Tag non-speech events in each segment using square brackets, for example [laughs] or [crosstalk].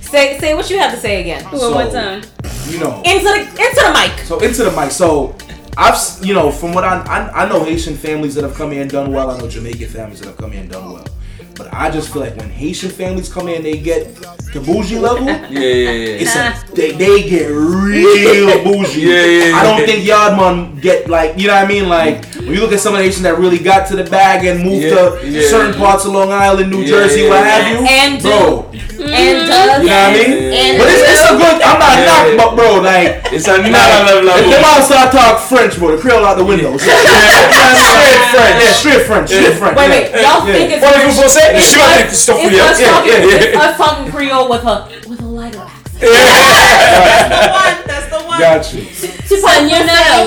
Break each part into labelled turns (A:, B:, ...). A: Say say what you have to say again.
B: One more time.
C: You know.
A: Into the into the mic.
C: So into the mic. So I've s- you know from what I, I I know Haitian families that have come in and done well. I know Jamaican families that have come in and done well. But I just feel like when Haitian families come in, they get the bougie level.
D: Yeah, yeah, yeah.
C: It's a, they, they get
D: [laughs]
C: real bougie.
D: Yeah, yeah, yeah.
C: I don't think Yardman get like you know what I mean. Like when you look at some of the Haitians that really got to the bag and moved
D: Yeah,
C: to
D: yeah,
C: certain
D: yeah.
C: parts of Long Island, New
D: Yeah,
C: Jersey,
D: yeah,
C: what
D: yeah.
C: have you,
A: And do.
C: bro.
B: Mm-hmm.
A: And does.
C: You know what I mean?
A: And
C: But it's, it's a good. I'm not
D: Yeah,
C: knocking,
D: yeah.
C: but bro, like
D: it's another level.
C: if
D: of-
C: them outside talk French, bro, the Creole out the window. So, [laughs] straight French, yeah, straight French, straight French.
A: Wait, wait, y'all
C: yeah.
A: think it's
D: What if you say?
A: it's
D: Sure,
A: us-
D: it's stuff
A: it's
D: we
A: us
D: have. Yeah,
A: talking-
D: yeah,
A: it's
D: yeah.
A: us talking Creole with
C: [laughs]
A: her with a lighter accent.
E: That's the one.
C: Got you.
B: Son, you're not a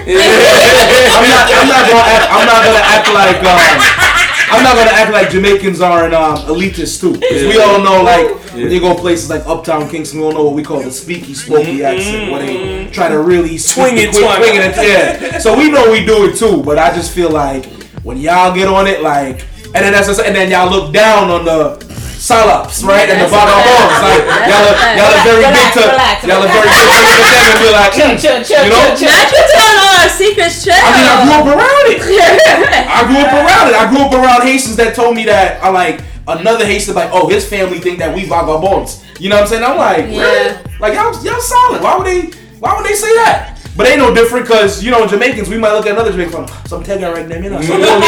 A: Mm-hmm.
B: liar.
C: I'm not. I'm not gonna act. I'm not gonna act like. Um, I'm not gonna act like Jamaicans are an um, elitist too. 'Cause we all know like when they go places like Uptown Kingston, we all know what we call the speaky spoky accent, where they try to really
D: Twing it, twang.
C: twing it, yeah. So we know we do it too, but I just feel like when y'all get on it, like, and then that's and then y'all look down on the. Salops, right? And the
B: That's
C: bottom
B: a fact.
C: bombs. Like, y'all are, y'all are very
A: Relax,
C: big to,
A: relax,
C: y'all are very big to look at them and be like,
A: Chill,
C: mm.
A: chill, chill,
C: You know?
A: chill, chill.
B: Not you telling all our secrets, chill.
C: I mean, I
B: [laughs]
C: grew up around it. I grew up around it. I grew up around Haitians that told me that I like another Haitian like, oh, his family think that we vagabonds. You know what I'm saying? I'm like, really?
B: Yeah.
C: Like y'all, y'all solid. Why would they? Why would they say that? But ain't no different because you know Jamaicans. We might look at another Jamaican. So I'm telling you right now, you
D: Mm.
C: know, some wool, some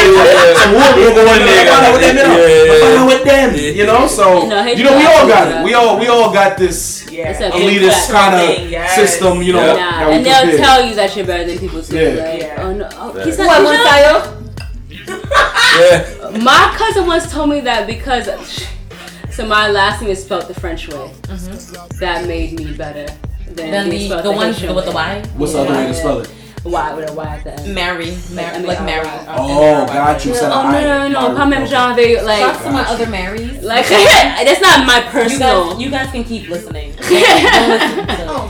C: wool,
D: One nigga.
C: with them, you know,
D: Yeah, yeah, yeah.
C: I'm not with them, you know. So
B: You know,
C: you know, we all got it.
B: Haitians-
C: We all we all got this
E: Yeah.
B: It's a
C: elitist
E: Exact
C: kind
E: thing,
C: of
E: yes.
C: system, you know.
D: Yeah.
C: that
B: Nah,
C: we
B: and they'll
C: just did.
B: tell you that you're better than people too.
C: Yeah.
B: Like,
E: Yeah.
B: oh no, oh, he's
D: Right.
B: not.
A: What
B: he's
A: one
B: not-
A: style?
D: Yeah.
B: My cousin once told me that because so my last name is spelled the French way. That made me better Mm-hmm. than
F: Then the,
B: being spelled
F: the one with
B: Haitian
F: the
B: way.
F: Y.
C: What's the other way to spell it?
B: Y with a Y at the end.
F: Mary.
B: I
F: Mary
B: mean,
F: like
B: oh,
F: Mary.
B: wow.
C: Oh, got you.
B: Oh
C: said
B: no
C: I-
B: no no! no. Pas même genre avec,
F: Talk
B: like
F: to my other Marys.
B: like [laughs] that's not my
F: You
B: personal.
F: guys, you guys can keep
B: [laughs]
F: listening.
E: Oh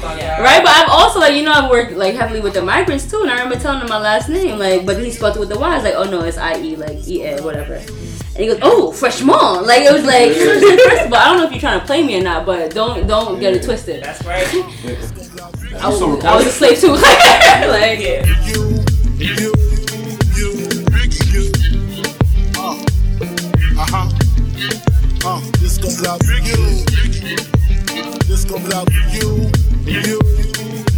E: my god.
B: Right, but I've also like you know I've worked like heavily with the migrants too, and I remember telling them my last name like, but he spelled it with the Y. It's like, oh no, it's I E like E A whatever. And he goes, oh, freshman. Like it was like first of all, I don't know if you're trying to play me or not, but don't don't get it twisted.
E: That's right.
B: I was, I was a slave too. [laughs] like
E: Yeah.
G: Uh-huh. Uh, this comes out for you. This comes out for you. You.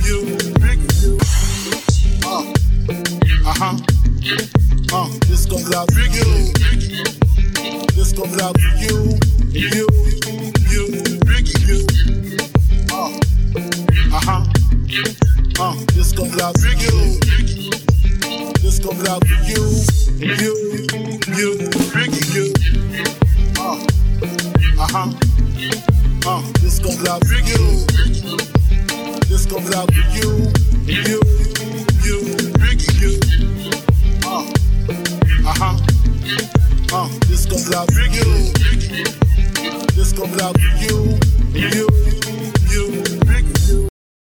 G: You. Uh, uh-huh. Uh, this comes out for you. This comes out for you. You. You. You. Uh, uh-huh. Uh, this comes out for you. Uh-huh. This comes out for you, you, you, Ricky, you. Uh, uh-huh. Uh, this comes out for you. This comes out for you, you, you, Ricky, you. Uh, uh-huh. Uh, this comes out for you. This comes out for you, you,